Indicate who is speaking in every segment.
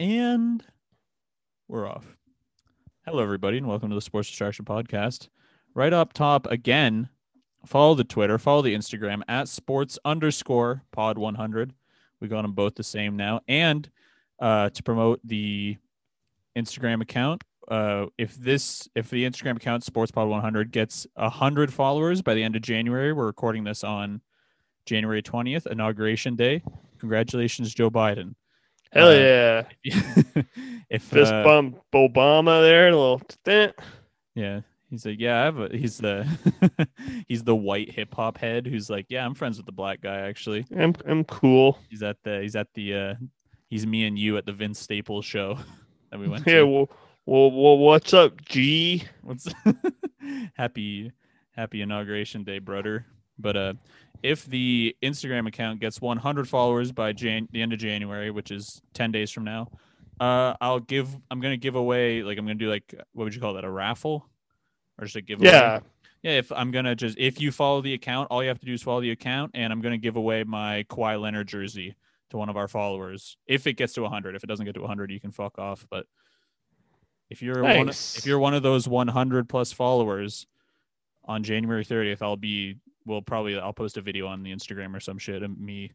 Speaker 1: And we're off. Hello, everybody, and welcome to the Sports Distraction Podcast. Right up top again, follow the Twitter, follow the Instagram at sports underscore pod 100. We got them both the same now. And uh, to promote the Instagram account, uh, if this if the Instagram account SportsPod 100 gets 100 followers by the end of January, we're recording this on January 20th, inauguration day. Congratulations, Joe Biden.
Speaker 2: Hell
Speaker 1: Uh,
Speaker 2: yeah.
Speaker 1: if
Speaker 2: Fist
Speaker 1: uh,
Speaker 2: bump Obama there, a little stint.
Speaker 1: yeah, he's like, yeah, I have a, he's the he's the white hip hop head who's like, yeah, I'm friends with the black guy actually.
Speaker 2: I'm I'm cool.
Speaker 1: He's at the he's at the uh he's me and you at the Vince Staples show that we went
Speaker 2: Yeah,
Speaker 1: to.
Speaker 2: well, well, well what's up, G?
Speaker 1: What's happy happy inauguration day, brother. But uh if the Instagram account gets 100 followers by Jan- the end of January, which is 10 days from now, uh I'll give I'm going to give away like I'm going to do like what would you call that a raffle or just a giveaway?
Speaker 2: Yeah.
Speaker 1: Yeah, if I'm going to just if you follow the account, all you have to do is follow the account and I'm going to give away my Kawhi Leonard jersey to one of our followers. If it gets to 100, if it doesn't get to 100, you can fuck off, but if you're one,
Speaker 2: Nice.
Speaker 1: if you're one of those 100 plus followers on January 30th, I'll be we'll probably I'll post a video on the Instagram or some shit of me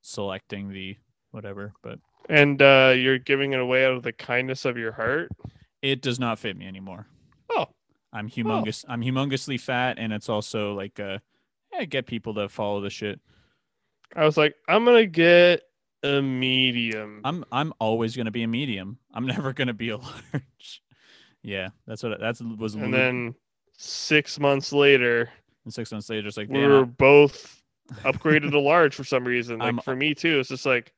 Speaker 1: selecting the whatever, but
Speaker 2: And uh, you're giving it away out of the kindness of your heart.
Speaker 1: it does not fit me anymore.
Speaker 2: Oh,
Speaker 1: I'm humongous. I'm humongously fat, and it's also like uh, yeah, get people to follow the shit.
Speaker 2: I was like, I'm gonna get a medium.
Speaker 1: I'm I'm always gonna be a medium. I'm never gonna be a large. Yeah, that's what that's was.
Speaker 2: and then six months later,
Speaker 1: and six months later, just like
Speaker 2: we
Speaker 1: damn,
Speaker 2: were both upgraded to large for some reason. Like
Speaker 1: I'm-
Speaker 2: for me too, it's just like,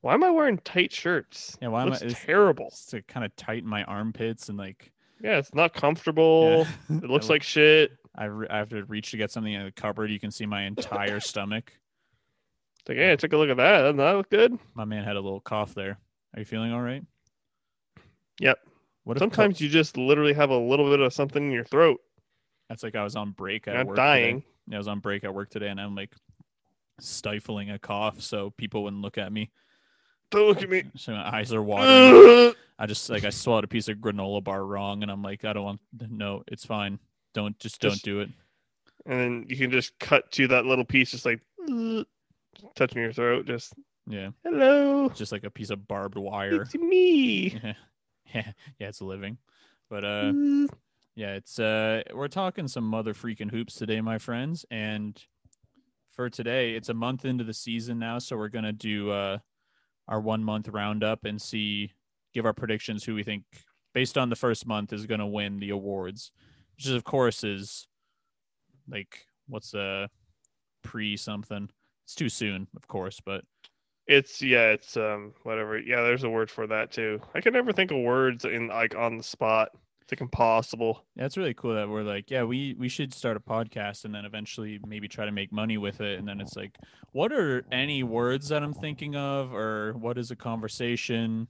Speaker 2: why am I wearing tight shirts?
Speaker 1: Yeah, why am
Speaker 2: Looks
Speaker 1: I- it's-
Speaker 2: terrible?
Speaker 1: just to kind of tighten my armpits and like.
Speaker 2: Yeah, it's not
Speaker 1: yeah.
Speaker 2: comfortable. It looks
Speaker 1: I-
Speaker 2: like shit.
Speaker 1: I, re- I have to reach to get something in the cupboard. You can see my entire stomach.
Speaker 2: It's like, hey, I took a look at that. Doesn't that look good?
Speaker 1: My man had a little cough there. Are you feeling all right?
Speaker 2: Yep.
Speaker 1: What if co-
Speaker 2: Sometimes you just literally have a little bit of something in your throat.
Speaker 1: that's like I was on break at
Speaker 2: You're
Speaker 1: work.
Speaker 2: not
Speaker 1: today.
Speaker 2: dying.
Speaker 1: Yeah, I was on break at work today, and I'm like stifling a cough so people wouldn't look at me.
Speaker 2: Don't look at me.
Speaker 1: So my eyes are watering.
Speaker 2: Ugh.
Speaker 1: I just like I swallowed a piece of granola bar wrong, and I'm like, I don't want. No, it's fine. Don't just don't
Speaker 2: Just-
Speaker 1: do it.
Speaker 2: and then you can just cut to that little piece, just like ugh, touching your throat. Just
Speaker 1: Yeah,
Speaker 2: hello,
Speaker 1: it's just like a piece of barbed wire.
Speaker 2: it's me.
Speaker 1: yeah, yeah, it's a living. But uh,
Speaker 2: Ugh.
Speaker 1: Yeah, it's uh we're talking some mother freaking hoops today, my friends. And for today, it's a month into the season now, so we're gonna do uh our one month roundup and see give our predictions who we think based on the first month is gonna win the awards. Which is of course is like what's uh pre something. It's too soon, of course, but
Speaker 2: It's yeah, it's um whatever. Yeah, there's a word for that too. I can never think of words in like on the spot. It's like impossible.
Speaker 1: That's really cool that we're like, yeah, we we should start a podcast and then eventually maybe try to make money with it. And then it's like, what are any words that I'm thinking of, or what is a conversation?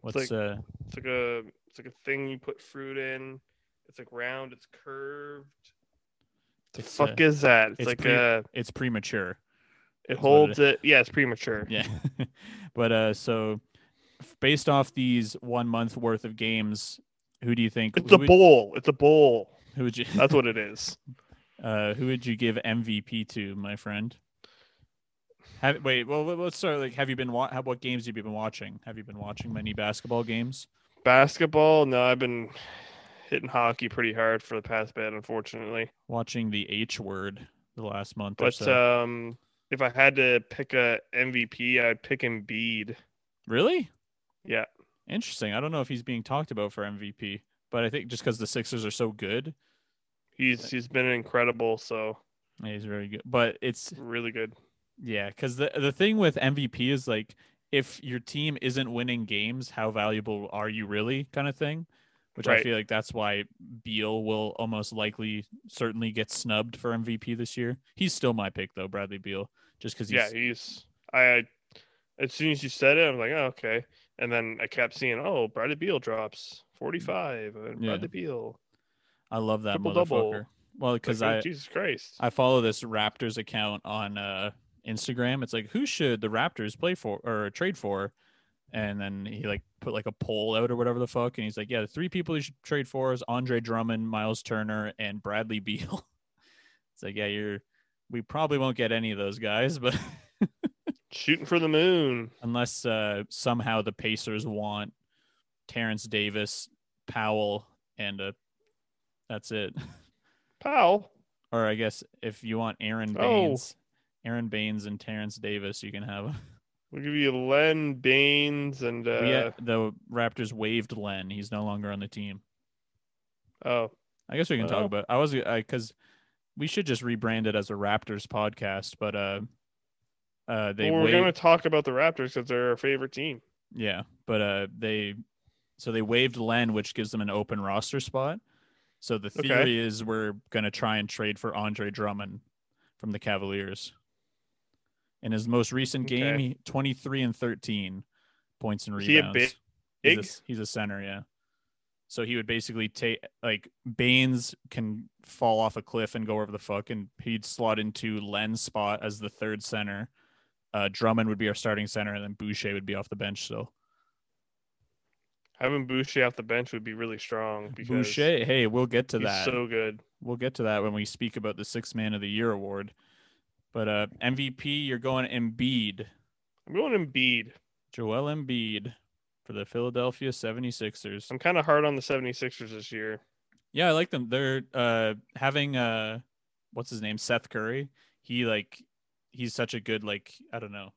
Speaker 1: What's
Speaker 2: like-
Speaker 1: uh
Speaker 2: It's like a it's like a thing you put fruit in. It's like round. It's curved. The
Speaker 1: It's,
Speaker 2: fuck
Speaker 1: uh,
Speaker 2: is that? It's,
Speaker 1: it's
Speaker 2: like
Speaker 1: pre-
Speaker 2: uh
Speaker 1: it's premature. is what
Speaker 2: it
Speaker 1: it
Speaker 2: holds it. Yeah, it's premature.
Speaker 1: Yeah, but uh, so f- based off these one month worth of games, who do you think?
Speaker 2: It's
Speaker 1: who
Speaker 2: a
Speaker 1: would-
Speaker 2: bowl. It's a bowl.
Speaker 1: Who would you?
Speaker 2: That's what it is.
Speaker 1: Uh, who would you give MVP to, my friend? Have, wait, well, let- let's start. Like, have you been wa- have, what games have you been watching? Have you been watching many basketball games?
Speaker 2: Basketball? No, I've been hitting hockey pretty hard for the past bit, unfortunately.
Speaker 1: Watching the H word the last month or
Speaker 2: But
Speaker 1: so.
Speaker 2: um, if I had to pick a MVP, I'd pick Embiid.
Speaker 1: really?
Speaker 2: yeah.
Speaker 1: Interesting. I don't know if he's being talked about for MVP, but I think just because the Sixers are so good,
Speaker 2: He's he's been incredible, so
Speaker 1: yeah, he's very good. But it's
Speaker 2: really good.
Speaker 1: yeah, because the the thing with MVP is like if your team isn't winning games, how valuable are you really? Kind of thing. Which I
Speaker 2: Right.
Speaker 1: feel like that's why Beal will almost likely certainly get snubbed for MVP this year. He's still my pick though, Bradley Beal, just because he's
Speaker 2: yeah, he's I. As soon as you said it, I'm like, oh, okay. And then I kept seeing, oh, Bradley Beal drops 45, and
Speaker 1: Yeah.
Speaker 2: Bradley Beal.
Speaker 1: I love that
Speaker 2: Triple
Speaker 1: motherfucker.
Speaker 2: double.
Speaker 1: Well, because
Speaker 2: Because like,
Speaker 1: I
Speaker 2: oh, Jesus Christ,
Speaker 1: I follow this Raptors account on uh, Instagram. It's like who should the Raptors play for or trade for? and then he like put like a poll out or whatever the fuck, and he's like, yeah, the three people you should trade for is Andre Drummond, Miles Turner, and Bradley Beal. it's like, yeah, you're. We probably won't get any of those guys, but
Speaker 2: Shooting for the moon.
Speaker 1: unless uh, somehow the Pacers want Terrence Davis, Powell, and a, that's it.
Speaker 2: Pal.
Speaker 1: Or I guess if you want Aaron
Speaker 2: Oh.
Speaker 1: Baines, Aaron Baines and Terrence Davis, you can have. him.
Speaker 2: We'll give you Len Baines and uh
Speaker 1: yeah, the Raptors waived Len. He's no longer on the team.
Speaker 2: oh
Speaker 1: I guess we can talk
Speaker 2: Oh.
Speaker 1: about. I was because we should just rebrand it as a Raptors podcast, but uh, uh, they
Speaker 2: well, we're
Speaker 1: waived.
Speaker 2: gonna talk about the Raptors because they're our favorite team.
Speaker 1: Yeah, but uh they so they waived Len, which gives them an open roster spot. So the
Speaker 2: Okay.
Speaker 1: theory is we're gonna try and trade for Andre Drummond from the Cavaliers. In his most recent
Speaker 2: Okay.
Speaker 1: game, he, 23 and 13 points and
Speaker 2: Is he a
Speaker 1: rebounds.
Speaker 2: big-
Speaker 1: He's a
Speaker 2: big?
Speaker 1: s- he's a center, yeah. So he would basically take like Baines can fall off a cliff and go wherever the fuck, and he'd slot into Len's spot as the third center. Uh, Drummond would be our starting center, and then Boucher would be off the bench. So
Speaker 2: Having Boucher off the bench would be really strong because
Speaker 1: Boucher, hey, we'll get to
Speaker 2: he's
Speaker 1: that.
Speaker 2: so good.
Speaker 1: we'll get to that when we speak about the Sixth Man of the Year award. But uh, MVP, you're going Embiid,
Speaker 2: I'm going Embiid.
Speaker 1: Joel Embiid for the Philadelphia 76ers.
Speaker 2: I'm kind of hard on the 76ers this year.
Speaker 1: Yeah, I like them. They're uh having uh what's his name? Seth Curry. He like he's such a good like I don't know.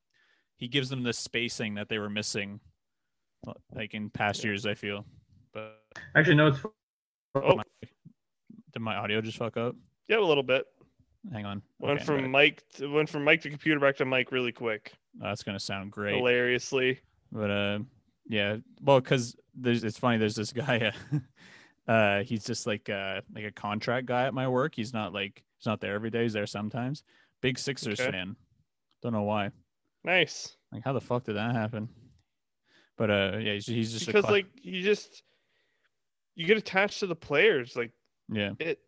Speaker 1: He gives them the spacing that they were missing like in past years, I feel. But
Speaker 3: Actually, no, it's
Speaker 2: Oh,
Speaker 1: did my audio just fuck up?
Speaker 2: yeah, a little bit.
Speaker 1: Hang on.
Speaker 2: Went
Speaker 1: Okay,
Speaker 2: from
Speaker 1: right.
Speaker 2: Mike to, went from Mike to computer back to Mike really quick.
Speaker 1: that's gonna sound great.
Speaker 2: Hilariously.
Speaker 1: But uh, yeah, well, because there's it's funny. There's this guy. Uh, uh, he's just like uh like a contract guy at my work. He's not like he's not there every day. He's there sometimes. Big Sixers
Speaker 2: Okay.
Speaker 1: fan. Don't know why.
Speaker 2: Nice.
Speaker 1: Like how the fuck did that happen? But uh, yeah, he's, he's just a
Speaker 2: because
Speaker 1: cla-
Speaker 2: like you just you get attached to the players. Like
Speaker 1: yeah,
Speaker 2: it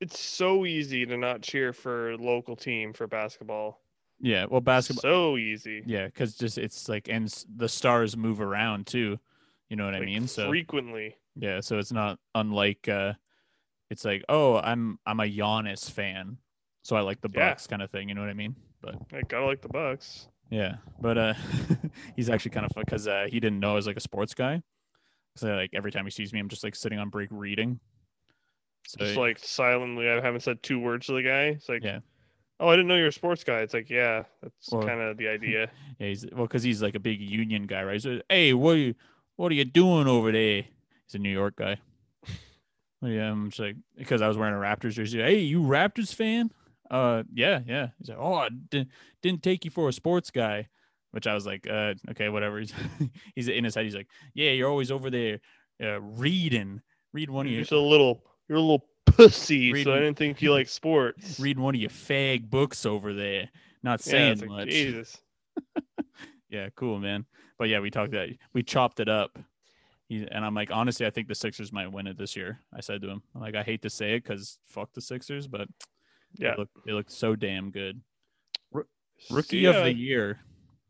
Speaker 2: it's so easy to not cheer for local team for basketball.
Speaker 1: yeah. Well, basketball.
Speaker 2: So easy.
Speaker 1: yeah, because just it's like and s- the stars move around too. You know what I
Speaker 2: Like,
Speaker 1: mean? So
Speaker 2: frequently.
Speaker 1: Yeah, so it's not unlike uh it's like, oh, I'm I'm a Giannis fan, so I like the
Speaker 2: Yeah.
Speaker 1: Bucks kind of thing, you know what I mean? But
Speaker 2: I gotta like the Bucks.
Speaker 1: yeah, but uh he's actually kind of fun cuz uh he didn't know I was like a sports guy. So like every time he sees me, I'm just like sitting on break reading. So
Speaker 2: Just like silently, I haven't said two words to the guy. It's like,
Speaker 1: Yeah.
Speaker 2: oh, I didn't know you're a sports guy. It's like, yeah, that's
Speaker 1: Well-
Speaker 2: kind of the idea.
Speaker 1: yeah, he's well cuz he's like a big union guy, right? So, "Hey, what are you what are you doing over there?" He's a New York guy. Yeah, I'm just like because I was wearing a Raptors jersey. Hey, you Raptors fan? Uh, yeah, yeah. He's like, oh, I didn't didn't take you for a sports guy, which I was like, uh, okay, whatever. He's he's in his head. He's like, yeah, you're always over there, uh, reading, read one of
Speaker 2: you're
Speaker 1: your
Speaker 2: just a little, you're a little pussy.
Speaker 1: Reading-
Speaker 2: So I didn't think you like sports.
Speaker 1: read one of your fag books over there. Not
Speaker 2: yeah,
Speaker 1: saying
Speaker 2: it's like,
Speaker 1: much.
Speaker 2: Jesus.
Speaker 1: Yeah, cool, man. But yeah, we talked that we chopped it up. He, and I'm like, honestly, I think the Sixers might win it this year. I said to him, I'm like, I hate to say it because fuck the Sixers, but
Speaker 2: Yeah.
Speaker 1: they look, they look so damn good. Rookie of the year.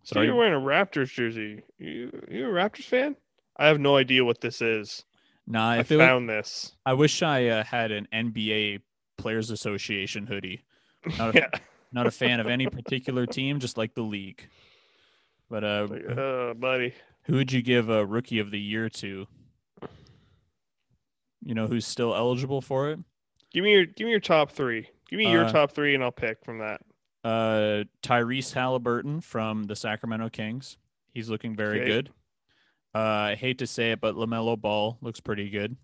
Speaker 2: So
Speaker 1: Sorry.
Speaker 2: you're wearing a Raptors jersey. You you a Raptors fan? I have no idea what this is.
Speaker 1: Nah,
Speaker 2: I,
Speaker 1: if it was,
Speaker 2: found this.
Speaker 1: I wish I uh, had an NBA Players Association hoodie. Not a,
Speaker 2: Yeah.
Speaker 1: not a fan of any particular team, just like the league. But uh,
Speaker 2: Like, uh, buddy.
Speaker 1: who would you give a Rookie of the Year to? You know who's still eligible for it?
Speaker 2: Give me your give me your top three. Give me your
Speaker 1: Uh,
Speaker 2: top three, and I'll pick from that.
Speaker 1: uh, Tyrese Halliburton from the Sacramento Kings. He's looking very
Speaker 2: Okay.
Speaker 1: good. Uh, I hate to say it, but Lamelo Ball looks pretty good.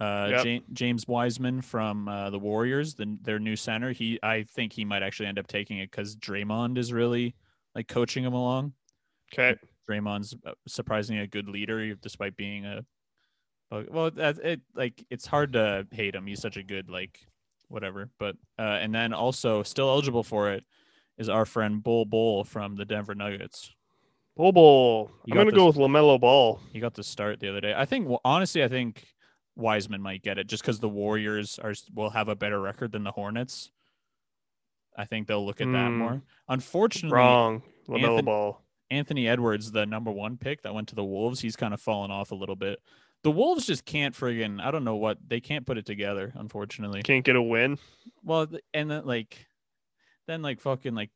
Speaker 1: Uh,
Speaker 2: Yep.
Speaker 1: Ja- James Wiseman from uh, the Warriors, the, their new center. He, I think he might actually end up taking it because Draymond is really like coaching him along.
Speaker 2: Okay.
Speaker 1: Draymond's uh, surprisingly a good leader, e, despite being a uh, well. That it like it's hard to hate him. He's such a good like whatever. But uh, and then also still eligible for it is our friend Bull Bull from the Denver Nuggets.
Speaker 2: Bull Bull.
Speaker 1: You
Speaker 2: I'm
Speaker 1: got
Speaker 2: gonna go with Lamelo Ball.
Speaker 1: He got the start the other day. I think well, honestly, I think Wiseman might get it just because the Warriors are will have a better record than the Hornets. I think they'll look at that
Speaker 2: Hmm.
Speaker 1: more. Unfortunately,
Speaker 2: Wrong. Lamelo
Speaker 1: Hmm. Anthony-
Speaker 2: Ball.
Speaker 1: Anthony Edwards, the number one pick that went to the Wolves, he's kind of fallen off a little bit. The Wolves just can't friggin' I don't know what they can't put it together, unfortunately.
Speaker 2: Can't get a win.
Speaker 1: Well, th- and then like, then like fucking like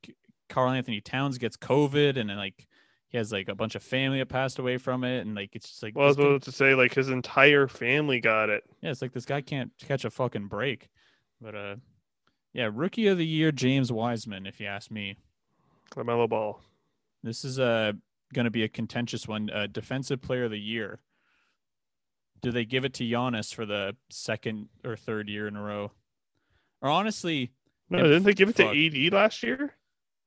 Speaker 1: Carl Anthony Towns gets COVID, and then like he has like a bunch of family that passed away from it, and like it's just like
Speaker 2: Well, I was
Speaker 1: this dude-
Speaker 2: about to say like his entire family got it.
Speaker 1: yeah, it's like this guy can't catch a fucking break. But uh, yeah, rookie of the year James Wiseman, if you ask me.
Speaker 2: Lamelo Ball.
Speaker 1: This is uh going to be a contentious one. Uh, defensive player of the year. Do they give it to Giannis for the second or third year in a row? Or honestly,
Speaker 2: No,
Speaker 1: Yeah,
Speaker 2: didn't they give it
Speaker 1: fuck.
Speaker 2: to AD last year?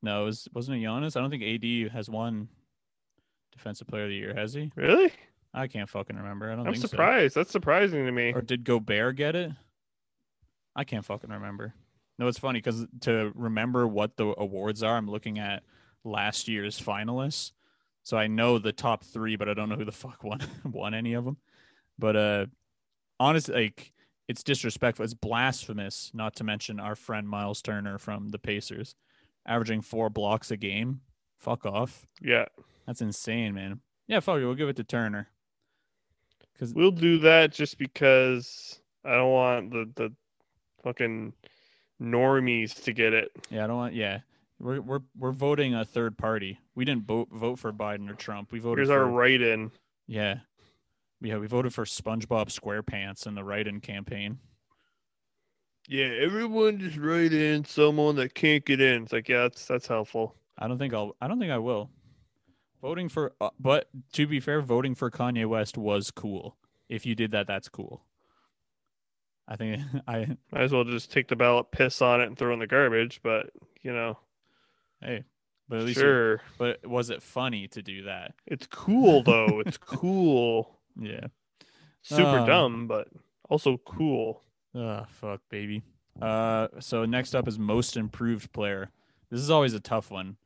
Speaker 1: no, it was, wasn't it Giannis? I don't think AD has won defensive player of the year, has he?
Speaker 2: Really?
Speaker 1: I can't fucking remember. I don't
Speaker 2: I'm
Speaker 1: think
Speaker 2: surprised. That's surprising to me.
Speaker 1: so. Or did Gobert get it? I can't fucking remember. No, it's funny because to remember what the awards are, I'm looking at last year's finalists. So I know the top three, but I don't know who the fuck won won any of them. But uh honestly, like it's disrespectful. It's blasphemous, not to mention our friend Miles Turner from the Pacers, averaging four blocks a game. Fuck off.
Speaker 2: Yeah.
Speaker 1: That's insane, man. Yeah, fuck it. We'll give it to Turner. Cause
Speaker 2: We'll do that just because I don't want the the fucking normies to get it.
Speaker 1: yeah, I don't want. Yeah, we're we're we're voting a third party. We didn't vote vote for Biden or Trump. We voted.
Speaker 2: Here's
Speaker 1: for,
Speaker 2: our write in.
Speaker 1: yeah, yeah. We voted for SpongeBob SquarePants in the write-in campaign.
Speaker 2: Yeah, everyone just write in someone that can't get in. It's like, yeah, that's that's helpful.
Speaker 1: I don't think I'll. I don't think I will. Voting for, uh, but to be fair, voting for Kanye West was cool. If you did that, that's cool. I think I.
Speaker 2: Might as well just take the ballot, piss on it, and throw it in the garbage. But you know,
Speaker 1: Hey, but at least.
Speaker 2: sure,
Speaker 1: But was it funny to do that?
Speaker 2: it's cool though. it's cool.
Speaker 1: Yeah.
Speaker 2: Super
Speaker 1: Um,
Speaker 2: dumb, but also cool.
Speaker 1: Oh, fuck, baby. Uh, so next up is most improved player. This is always a tough one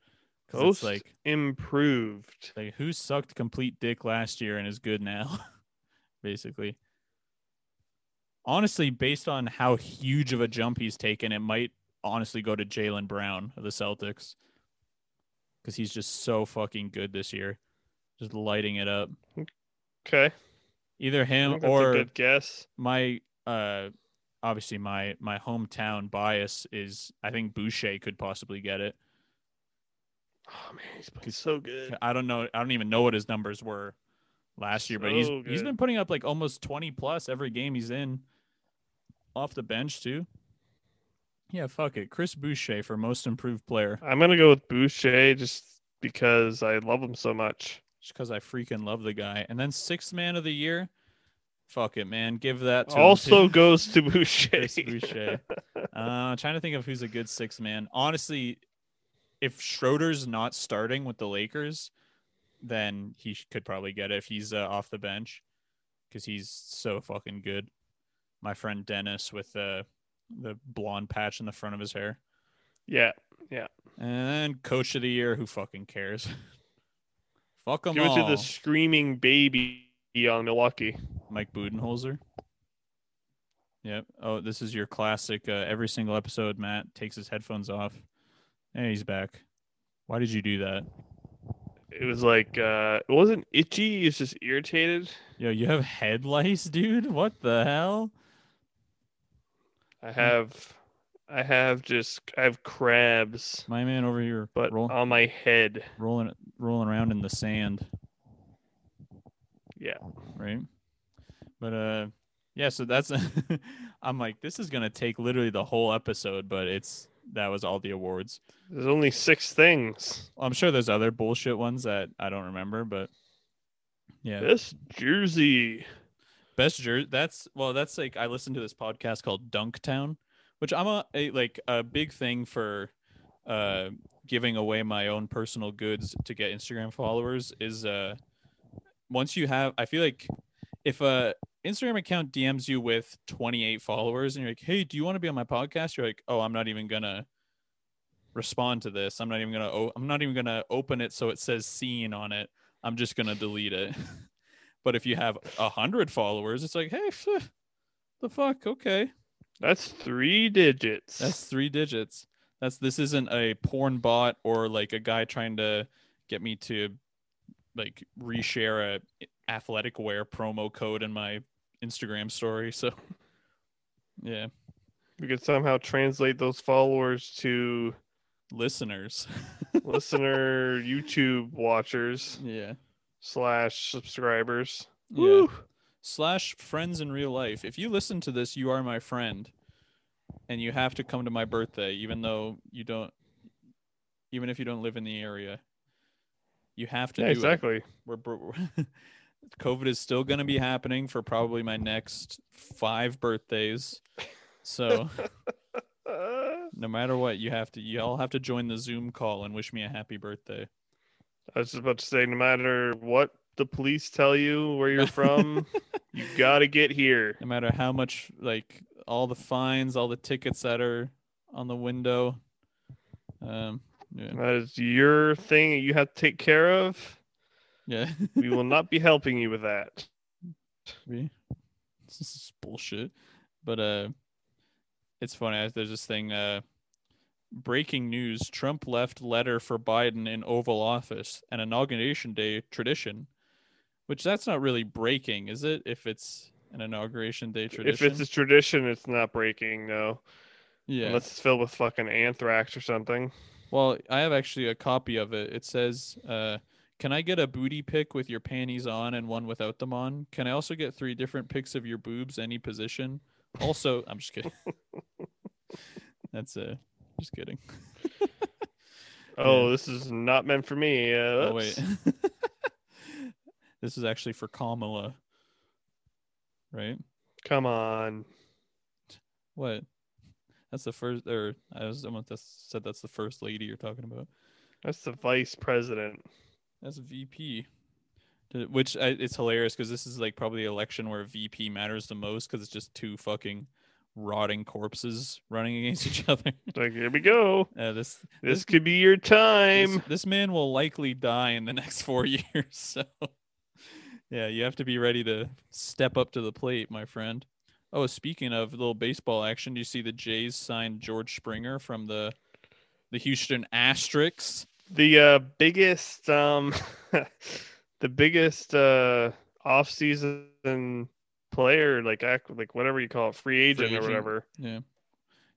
Speaker 1: because
Speaker 2: Most
Speaker 1: it's like,
Speaker 2: improved.
Speaker 1: like who sucked complete dick last year and is good now, basically. Honestly, based on how huge of a jump he's taken, it might honestly go to Jalen Brown of the Celtics because he's just so fucking good this year, just lighting it up.
Speaker 2: Okay,
Speaker 1: Either
Speaker 2: I
Speaker 1: him
Speaker 2: think that's
Speaker 1: or
Speaker 2: a good guess.
Speaker 1: my uh obviously my my hometown bias is I think Boucher could possibly get it.
Speaker 2: Oh man, he's playing so good.
Speaker 1: I don't know I don't even know what his numbers were last year, but he's
Speaker 2: So
Speaker 1: he's
Speaker 2: good.
Speaker 1: been putting up like almost 20 plus every game he's in off the bench too. Yeah, fuck it. Chris Boucher for most improved player
Speaker 2: I'm gonna go with Boucher just because I love him so much.
Speaker 1: just cuz I freaking love the guy. And then sixth man of the year. Fuck it, man. Give that to him,
Speaker 2: Also
Speaker 1: too.
Speaker 2: goes to Boucher.
Speaker 1: Chris Boucher. Uh, trying to think of who's a good six man. Honestly, if Schroeder's not starting with the Lakers, then he sh- could probably get it if he's uh, off the bench because he's so fucking good. My friend Dennis with uh, the blonde patch in the front of his hair.
Speaker 2: yeah,
Speaker 1: And coach of the year, who fucking cares? Fuck them
Speaker 2: give it
Speaker 1: all.
Speaker 2: to the screaming baby on Milwaukee.
Speaker 1: Mike Budenholzer. Yep. Oh, this is your classic. Uh, every single episode, Matt takes his headphones off. And he's back. Why did you do that?
Speaker 2: It was like uh, it wasn't itchy. It was just irritated.
Speaker 1: Yo, you have head lice, dude? What the hell? Hmm.
Speaker 2: I have, I have just I have crabs,
Speaker 1: My man over here
Speaker 2: but um,
Speaker 1: roll,
Speaker 2: on my head.
Speaker 1: rolling rolling around in the sand,
Speaker 2: Yeah,
Speaker 1: right? But uh yeah, so that's I'm like, this is gonna take literally the whole episode, but it's that was all the awards.
Speaker 2: there's only six things.
Speaker 1: I'm sure there's other bullshit ones that I don't remember, but yeah.
Speaker 2: This jersey.
Speaker 1: Best jersey. That's well. That's like I listened to this podcast called Dunktown, which I'm a, a like a big thing for uh giving away my own personal goods to get Instagram followers. Is uh once you have, I feel like if a Instagram account DMs you with 28 followers and you're like, hey, do you want to be on my podcast? You're like, oh, I'm not even gonna respond to this. I'm not even gonna. O- I'm not even gonna open it so it says seen on it. I'm just gonna delete it. But if you have a hundred followers, it's like, hey, pff, the fuck, okay,
Speaker 2: That's three digits.
Speaker 1: that's three digits. That's this isn't a porn bot or like a guy trying to get me to like reshare a athletic wear promo code in my Instagram story. So yeah,
Speaker 2: We could somehow translate those followers to
Speaker 1: listeners.
Speaker 2: listener YouTube watchers
Speaker 1: Yeah.
Speaker 2: slash subscribers.
Speaker 1: Yeah.
Speaker 2: Woo.
Speaker 1: Slash friends in real life. If you listen to this, you are my friend, and you have to come to my birthday, even though you don't, even if you don't live in the area. You have to
Speaker 2: Yeah,
Speaker 1: do it.
Speaker 2: exactly.
Speaker 1: we're, br- COVID is still going to be happening for probably my next five birthdays. So
Speaker 2: Uh,
Speaker 1: no matter what, you have to you all have to join the Zoom call and wish me a happy birthday.
Speaker 2: I was just about to say, no matter what the police tell you where you're from, you gotta get here.
Speaker 1: No matter how much like all the fines, all the tickets that are on the window. Um yeah.
Speaker 2: That is your thing that you have to take care of.
Speaker 1: Yeah.
Speaker 2: We will not be helping you with that.
Speaker 1: me. This is bullshit. But uh it's funny. I- There's this thing uh breaking news Trump left letter for Biden in Oval Office an inauguration day tradition. Which that's not really breaking, is it? If it's an inauguration day tradition.
Speaker 2: If it's a tradition, it's not breaking, no.
Speaker 1: yeah.
Speaker 2: Unless it's filled with fucking anthrax or something.
Speaker 1: Well, I have actually a copy of it. It says, uh, "Can I get a booty pic with your panties on and one without them on? Can I also get three different pics of your boobs, any position? Also, I'm just kidding. That's uh, just kidding.
Speaker 2: Oh, this is not meant for me. Uh,
Speaker 1: Oh
Speaker 2: that's-
Speaker 1: wait, this is actually for Kamala, right?
Speaker 2: Come on.
Speaker 1: What? That's the first, or I was almost said that's the first lady you're talking about.
Speaker 2: That's the vice president.
Speaker 1: That's VP, Th- which I, it's hilarious because this is like probably the election where VP matters the most because it's just two fucking rotting corpses running against each other.
Speaker 2: Like, here we go.
Speaker 1: Uh, this,
Speaker 2: This could be your
Speaker 1: this
Speaker 2: time.
Speaker 1: this man will likely die in the next four years, so yeah, you have to be ready to step up to the plate, my friend. Oh, speaking of little baseball action, do you see the Jays signed George Springer from the the Houston Asterix?
Speaker 2: The uh, biggest, um, the biggest uh, off-season player, like act, like whatever you call it, free agent or
Speaker 1: agent.
Speaker 2: whatever.
Speaker 1: Yeah.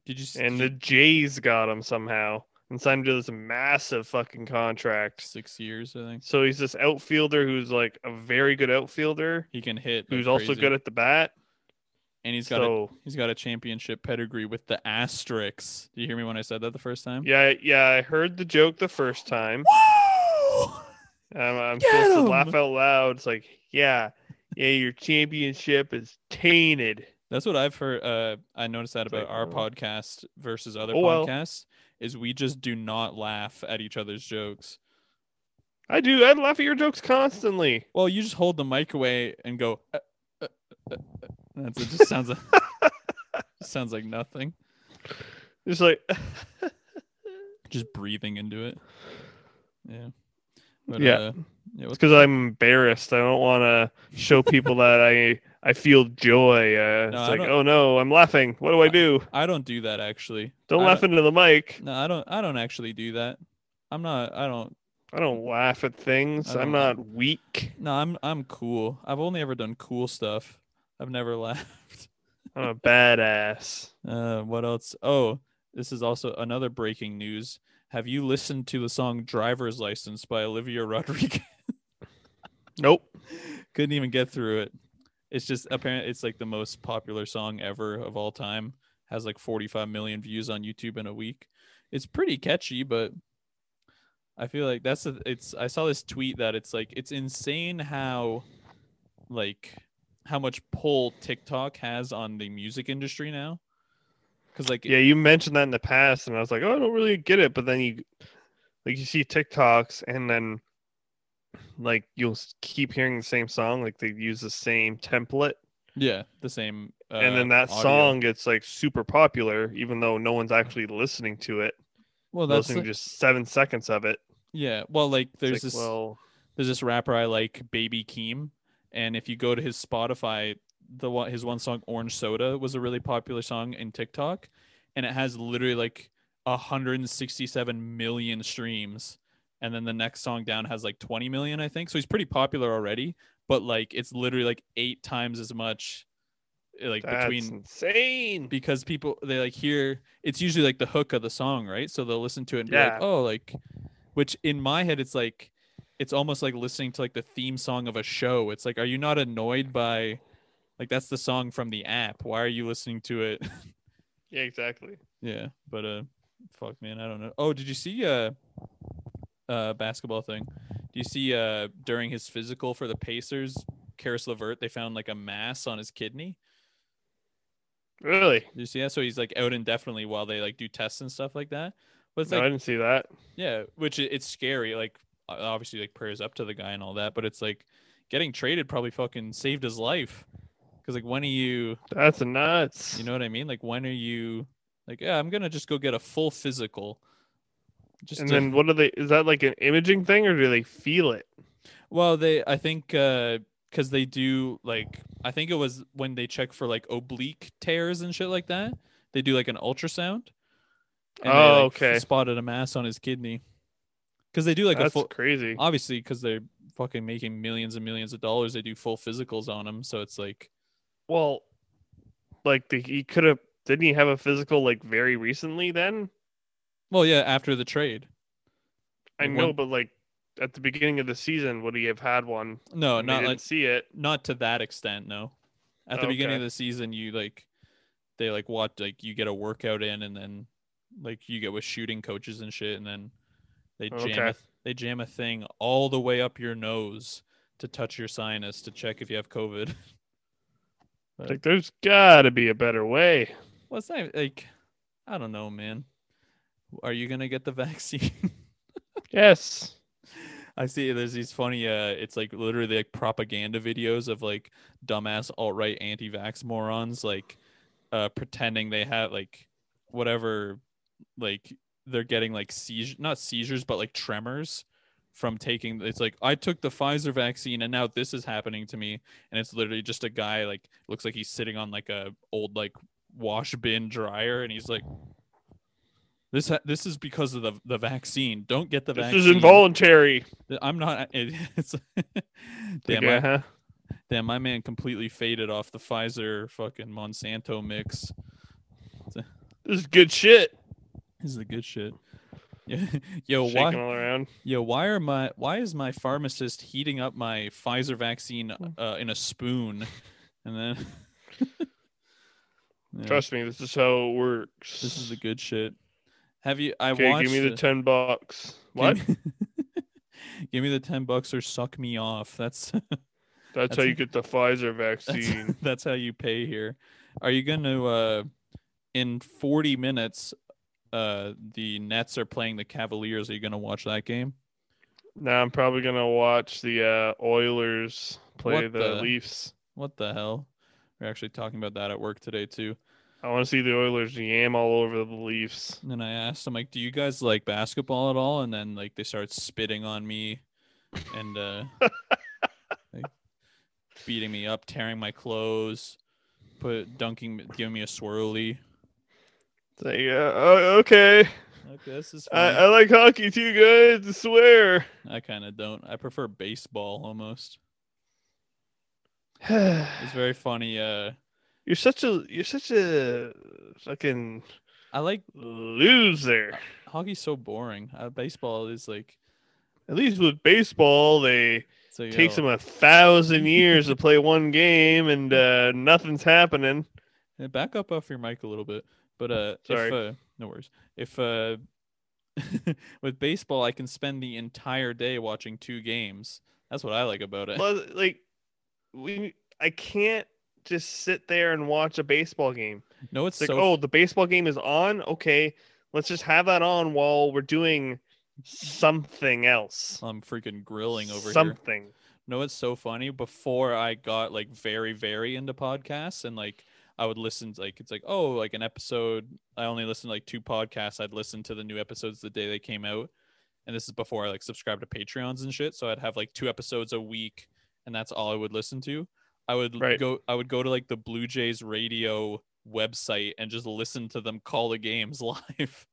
Speaker 1: Did you s-
Speaker 2: And
Speaker 1: did
Speaker 2: the Jays got him somehow and signed him to this massive fucking
Speaker 1: you-
Speaker 2: contract.
Speaker 1: six years, I think.
Speaker 2: So he's this outfielder who's like a very good outfielder,
Speaker 1: He can hit. like
Speaker 2: who's also
Speaker 1: crazy.
Speaker 2: good at the bat.
Speaker 1: and he's got a,
Speaker 2: So
Speaker 1: he's got a championship pedigree with the asterisks. Do you hear me when I said that the first time?
Speaker 2: yeah, yeah, I heard the joke the first time.
Speaker 1: Whoa!
Speaker 2: I'm, I'm
Speaker 1: Get
Speaker 2: supposed
Speaker 1: him!
Speaker 2: to laugh out loud. It's like, yeah, yeah, your championship is tainted.
Speaker 1: That's what I've heard. Uh, I noticed that
Speaker 2: It's
Speaker 1: about
Speaker 2: like,
Speaker 1: our
Speaker 2: oh.
Speaker 1: podcast versus other
Speaker 2: Oh, well.
Speaker 1: podcasts is we just do not laugh at each other's jokes.
Speaker 2: I do. I laugh at your jokes constantly.
Speaker 1: Well, you just hold the mic away and go. Uh, uh, uh, uh." That's it. Just sounds like sounds like nothing.
Speaker 2: It's like,
Speaker 1: Just breathing into it. Yeah. But,
Speaker 2: Yeah.
Speaker 1: Uh, yeah.
Speaker 2: it's
Speaker 1: What's
Speaker 2: because I'm embarrassed. I don't want to show people that I I feel joy. Uh,
Speaker 1: No,
Speaker 2: it's
Speaker 1: I
Speaker 2: like,
Speaker 1: don't-
Speaker 2: oh no, I'm laughing. What do I do?
Speaker 1: I don't do that actually.
Speaker 2: Don't
Speaker 1: I
Speaker 2: laugh into the mic.
Speaker 1: No, I don't. I don't actually do that. I'm not. I don't.
Speaker 2: I don't laugh at things.
Speaker 1: I
Speaker 2: I'm
Speaker 1: don't-
Speaker 2: not weak.
Speaker 1: No, I'm. I'm cool. I've only ever done cool stuff. I've never laughed.
Speaker 2: I'm a badass.
Speaker 1: Uh, what else? Oh, this is also another breaking news. Have you listened to the song "Driver's License" by Olivia Rodrigo?
Speaker 2: Nope.
Speaker 1: Couldn't even get through it. It's just apparent. It's like the most popular song ever of all time. Has like 45 million views on YouTube in a week. It's pretty catchy, but I feel like that's a, it's. I saw this tweet that it's like it's insane how, like, how much pull TikTok has on the music industry now. Because like
Speaker 2: Yeah, you mentioned that in the past, and I was like, oh, I don't really get it. But then you, like, you see TikToks, and then, like, you'll s- keep hearing the same song. Like, they use the same template,
Speaker 1: Yeah, the same. Uh,
Speaker 2: and then that
Speaker 1: audio.
Speaker 2: song gets like super popular, even though no one's actually listening to it.
Speaker 1: Well,
Speaker 2: They're
Speaker 1: that's
Speaker 2: listening
Speaker 1: the-
Speaker 2: to just seven seconds of it.
Speaker 1: yeah. Well, like
Speaker 2: It's
Speaker 1: there's
Speaker 2: like,
Speaker 1: this
Speaker 2: well,
Speaker 1: there's this rapper I like, Baby Keem, and if you go to his Spotify, the one his one song Orange Soda was a really popular song in TikTok, and it has literally like 167 million streams, and then the next song down has like 20 million i think so he's pretty popular already but like it's literally like eight times as much like
Speaker 2: That's
Speaker 1: between
Speaker 2: insane.
Speaker 1: because people they like hear it's usually like the hook of the song, right? So they'll listen to it and be
Speaker 2: Yeah.
Speaker 1: like, "Oh, like," which in my head it's like it's almost like listening to like the theme song of a show. It's like, are you not annoyed by like that's the song from the app? Why are you listening to it?
Speaker 2: yeah, exactly.
Speaker 1: yeah, but uh, fuck, man, I don't know. Oh, did you see uh, uh, basketball thing? Do you see uh during his physical for the Pacers, Karis Levert they found like a mass on his kidney?
Speaker 2: Really?
Speaker 1: Did you see that? So he's like out indefinitely while they like do tests and stuff like that. But it's
Speaker 2: no, I
Speaker 1: like,
Speaker 2: didn't see that.
Speaker 1: yeah, which i- it's scary. Like, o- obviously, like prayers up to the guy and all that. But it's like getting traded probably fucking saved his life. Cause like, when are you,
Speaker 2: That's nuts.
Speaker 1: you know what I mean? Like, when are you, like, yeah, I'm gonna just go get a full physical. Just
Speaker 2: and
Speaker 1: to-
Speaker 2: then what are they? Is that like an imaging thing, or do they feel it?
Speaker 1: Well, they I think because they do like I think it was when they check for like oblique tears and shit like that. They do like an ultrasound. they, like,
Speaker 2: Oh,
Speaker 1: f-
Speaker 2: okay.
Speaker 1: Spotted a mass on his kidney. Because they do like
Speaker 2: That's
Speaker 1: a full,
Speaker 2: crazy.
Speaker 1: obviously because they're fucking making millions and millions of dollars. They do full physicals on him, so it's like
Speaker 2: Well, like the, he could have. Didn't he have a physical like very recently? Then
Speaker 1: well, yeah, after the trade.
Speaker 2: I
Speaker 1: Like,
Speaker 2: know,
Speaker 1: one-
Speaker 2: but like at the beginning of the season, would he have had one?
Speaker 1: No,
Speaker 2: and they
Speaker 1: not
Speaker 2: didn't
Speaker 1: like
Speaker 2: see it.
Speaker 1: not to that extent no at the
Speaker 2: Oh,
Speaker 1: beginning of
Speaker 2: okay.
Speaker 1: the season you like they like watch like you get a workout in and then like you get with shooting coaches and shit and then they jam
Speaker 2: Okay.
Speaker 1: a, they jam a thing all the way up your nose to touch your sinus to check if you have covid But-
Speaker 2: Like, there's gotta be a better way.
Speaker 1: well it's not like i don't know man are you gonna get the vaccine
Speaker 2: Yes.
Speaker 1: I see there's these funny uh it's like literally like propaganda videos of like dumbass alt right anti vax morons like uh pretending they have like whatever like they're getting like seizure not seizures but like tremors from taking it's like I took the Pfizer vaccine and now this is happening to me and it's literally just a guy like looks like he's sitting on like a old like wash bin dryer and he's like this ha- this is because of the the vaccine don't get the
Speaker 2: This
Speaker 1: vaccine
Speaker 2: is involuntary.
Speaker 1: Th- I'm not. It, it's damn,
Speaker 2: Like,
Speaker 1: my,
Speaker 2: uh-huh.
Speaker 1: damn, my man completely faded off the Pfizer fucking Monsanto mix.
Speaker 2: This is good shit.
Speaker 1: This is the good shit. Yeah, yo,
Speaker 2: Shaking
Speaker 1: why,
Speaker 2: all around.
Speaker 1: yo, why are my, why is my pharmacist heating up my Pfizer vaccine
Speaker 2: Hmm.
Speaker 1: uh, in a spoon, and then. Yeah,
Speaker 2: Trust me, this is how it works.
Speaker 1: This is the good shit. Have you? I
Speaker 2: okay.
Speaker 1: watched.
Speaker 2: Give me the
Speaker 1: it.
Speaker 2: ten bucks. What?
Speaker 1: Give me- Give me the ten bucks or suck me off. That's
Speaker 2: That's,
Speaker 1: That's
Speaker 2: how
Speaker 1: a-
Speaker 2: you get the Pfizer
Speaker 1: That's,
Speaker 2: vaccine.
Speaker 1: that's how you pay here. Are you going to, uh, in 40 minutes, uh, the Nets are playing the Cavaliers. Are you going to watch that game?
Speaker 2: now I'm probably gonna watch the uh, Oilers play
Speaker 1: What
Speaker 2: the,
Speaker 1: the-
Speaker 2: Leafs.
Speaker 1: What the hell? We're actually talking about that at work today, too.
Speaker 2: I want to see the Oilers yam all over the Leafs.
Speaker 1: And then I asked them, like, do you guys like basketball at all? And then, like, they started spitting on me and, uh, like, beating me up, tearing my clothes, put dunking, giving me a swirly.
Speaker 2: It's like, uh, uh, okay,
Speaker 1: Okay, this is
Speaker 2: I,
Speaker 1: fine.
Speaker 2: I like hockey too, guys. I swear.
Speaker 1: I kind of don't. I prefer baseball almost. It's very funny. Uh,
Speaker 2: you're such a you're such a fucking
Speaker 1: I like
Speaker 2: loser.
Speaker 1: hockey's so boring. Uh, baseball is like
Speaker 2: At least with baseball, they
Speaker 1: so you
Speaker 2: takes
Speaker 1: know,
Speaker 2: them a thousand years to play one game, and uh, nothing's happening.
Speaker 1: uh, back up off your mic a little bit. But uh,
Speaker 2: Sorry.
Speaker 1: if uh, no worries. If uh, with baseball, I can spend the entire day watching two games. That's what I like about it.
Speaker 2: Plus, like we, I can't just sit there and watch a baseball game.
Speaker 1: No, it's
Speaker 2: It's like,
Speaker 1: so
Speaker 2: oh, the baseball game is on. Okay, let's just have that on while we're doing something else.
Speaker 1: I'm freaking grilling over here.
Speaker 2: something.
Speaker 1: No, it's so funny. Before I got like very, very into podcasts and like I would listen to like it's like, oh, like an episode. I only listened to like two podcasts. I'd listen to the new episodes the day they came out. And this is before I like subscribed to Patreons and shit. So I'd have like two episodes a week and that's all I would listen to. I would l-
Speaker 2: Right.
Speaker 1: go I would go to like the Blue Jays radio website and just listen to them call the games live.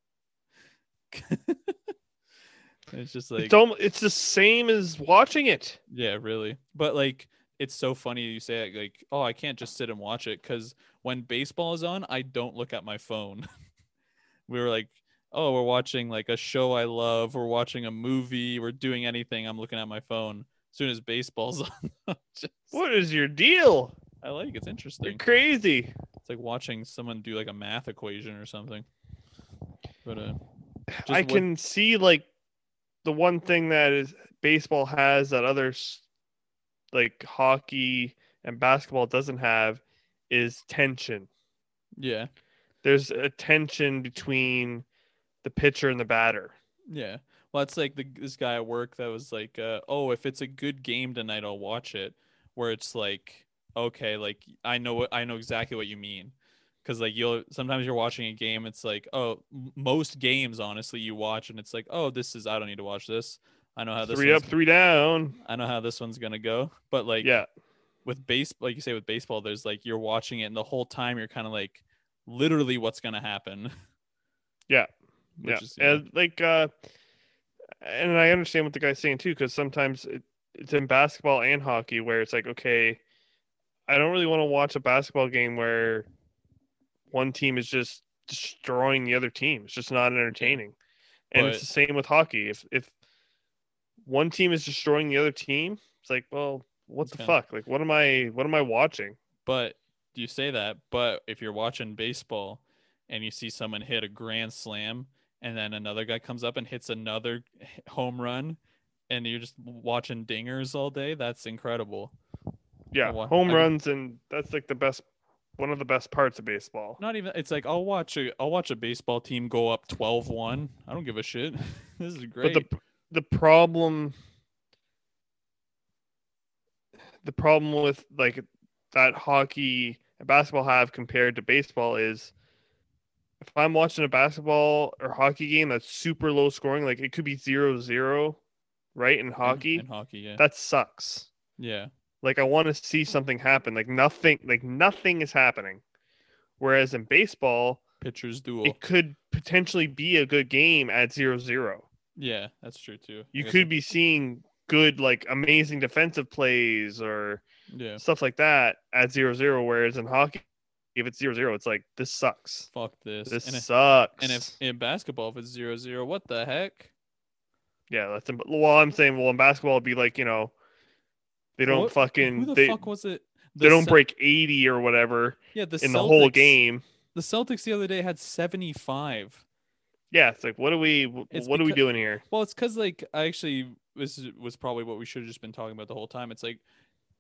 Speaker 1: It's just like
Speaker 2: it's almost, it's the same as watching it.
Speaker 1: Yeah, really. But like, it's so funny you say it, like, oh, I can't just sit and watch it because when baseball is on, I don't look at my phone. we were like, oh, we're watching like a show I love, we're watching a movie, we're doing anything. I'm looking at my phone. As soon as baseball's on, I'm just,
Speaker 2: What is your deal?
Speaker 1: I like it. it's
Speaker 2: You're
Speaker 1: interesting.
Speaker 2: crazy.
Speaker 1: It's like watching someone do like a math equation or something. But uh, just
Speaker 2: I
Speaker 1: what-
Speaker 2: can see like the one thing that is baseball has that others like hockey and basketball doesn't have is tension.
Speaker 1: yeah,
Speaker 2: There's a tension between the pitcher and the batter.
Speaker 1: Yeah. Well, it's like the, this guy at work that was like, uh, "Oh, if it's a good game tonight, I'll watch it." Where it's like, okay, like I know what I know exactly what you mean, because like you'll sometimes you're watching a game, it's like, oh, m- most games honestly you watch, and it's like, oh, this is I don't need to watch this. I know how Uh, this.
Speaker 2: three up,
Speaker 1: one's-
Speaker 2: three down.
Speaker 1: I know how this one's gonna go. But like,
Speaker 2: yeah.
Speaker 1: with base like you say with baseball there's like you're watching it and the whole time you're kind of like literally what's going to happen
Speaker 2: Yeah.
Speaker 1: Which
Speaker 2: yeah.
Speaker 1: is, you know,
Speaker 2: and like uh and I understand what the guy's saying too cuz sometimes it, it's in basketball and hockey where it's like okay I don't really want to watch a basketball game where one team is just destroying the other team. It's just not entertaining. And
Speaker 1: But-
Speaker 2: it's the same with hockey. If if one team is destroying the other team, it's like, well, what
Speaker 1: It's
Speaker 2: the
Speaker 1: kinda-
Speaker 2: fuck? Like what am I what am I watching?
Speaker 1: but you say that but if you're watching baseball and you see someone hit a grand slam and then another guy comes up and hits another h- home run and you're just watching dingers all day that's incredible
Speaker 2: Yeah,
Speaker 1: wa-
Speaker 2: home
Speaker 1: I-
Speaker 2: runs and that's like the best one of the best parts of baseball.
Speaker 1: not even it's like i'll watch a i'll watch a baseball team go up 12-1 i don't give a shit this is great
Speaker 2: But the the problem the problem with like that hockey and basketball have compared to baseball is if I'm watching a basketball or hockey game that's super low scoring, like it could be zero zero, right? In
Speaker 1: In-
Speaker 2: hockey,
Speaker 1: in hockey yeah
Speaker 2: that sucks.
Speaker 1: yeah
Speaker 2: Like I want to see something happen. Like nothing like nothing is happening. Whereas in baseball,
Speaker 1: pitchers duel
Speaker 2: it could potentially be a good game at zero zero.
Speaker 1: Yeah, that's true too. I
Speaker 2: you
Speaker 1: guess
Speaker 2: could be seeing good like amazing defensive plays or
Speaker 1: it- Yeah.
Speaker 2: stuff like that at zero zero whereas in hockey if it's zero zero it's like this sucks
Speaker 1: Fuck this.
Speaker 2: this
Speaker 1: and, if,
Speaker 2: sucks
Speaker 1: and if in basketball, if it's zero zero, what the heck?
Speaker 2: yeah that's im- well i'm saying well in basketball it'd be like you know they don't
Speaker 1: What-
Speaker 2: fucking
Speaker 1: Who the
Speaker 2: they,
Speaker 1: fuck was it?
Speaker 2: they don't
Speaker 1: Cel-
Speaker 2: break 80 or whatever
Speaker 1: Yeah, the
Speaker 2: in the whole
Speaker 1: Celtics-
Speaker 2: game
Speaker 1: The Celtics the other day had seventy five.
Speaker 2: yeah it's like what are we wh-
Speaker 1: It's
Speaker 2: what are we
Speaker 1: becau-
Speaker 2: doing here
Speaker 1: Well, it's because like I actually this is- was probably what we should have just been talking about the whole time. It's like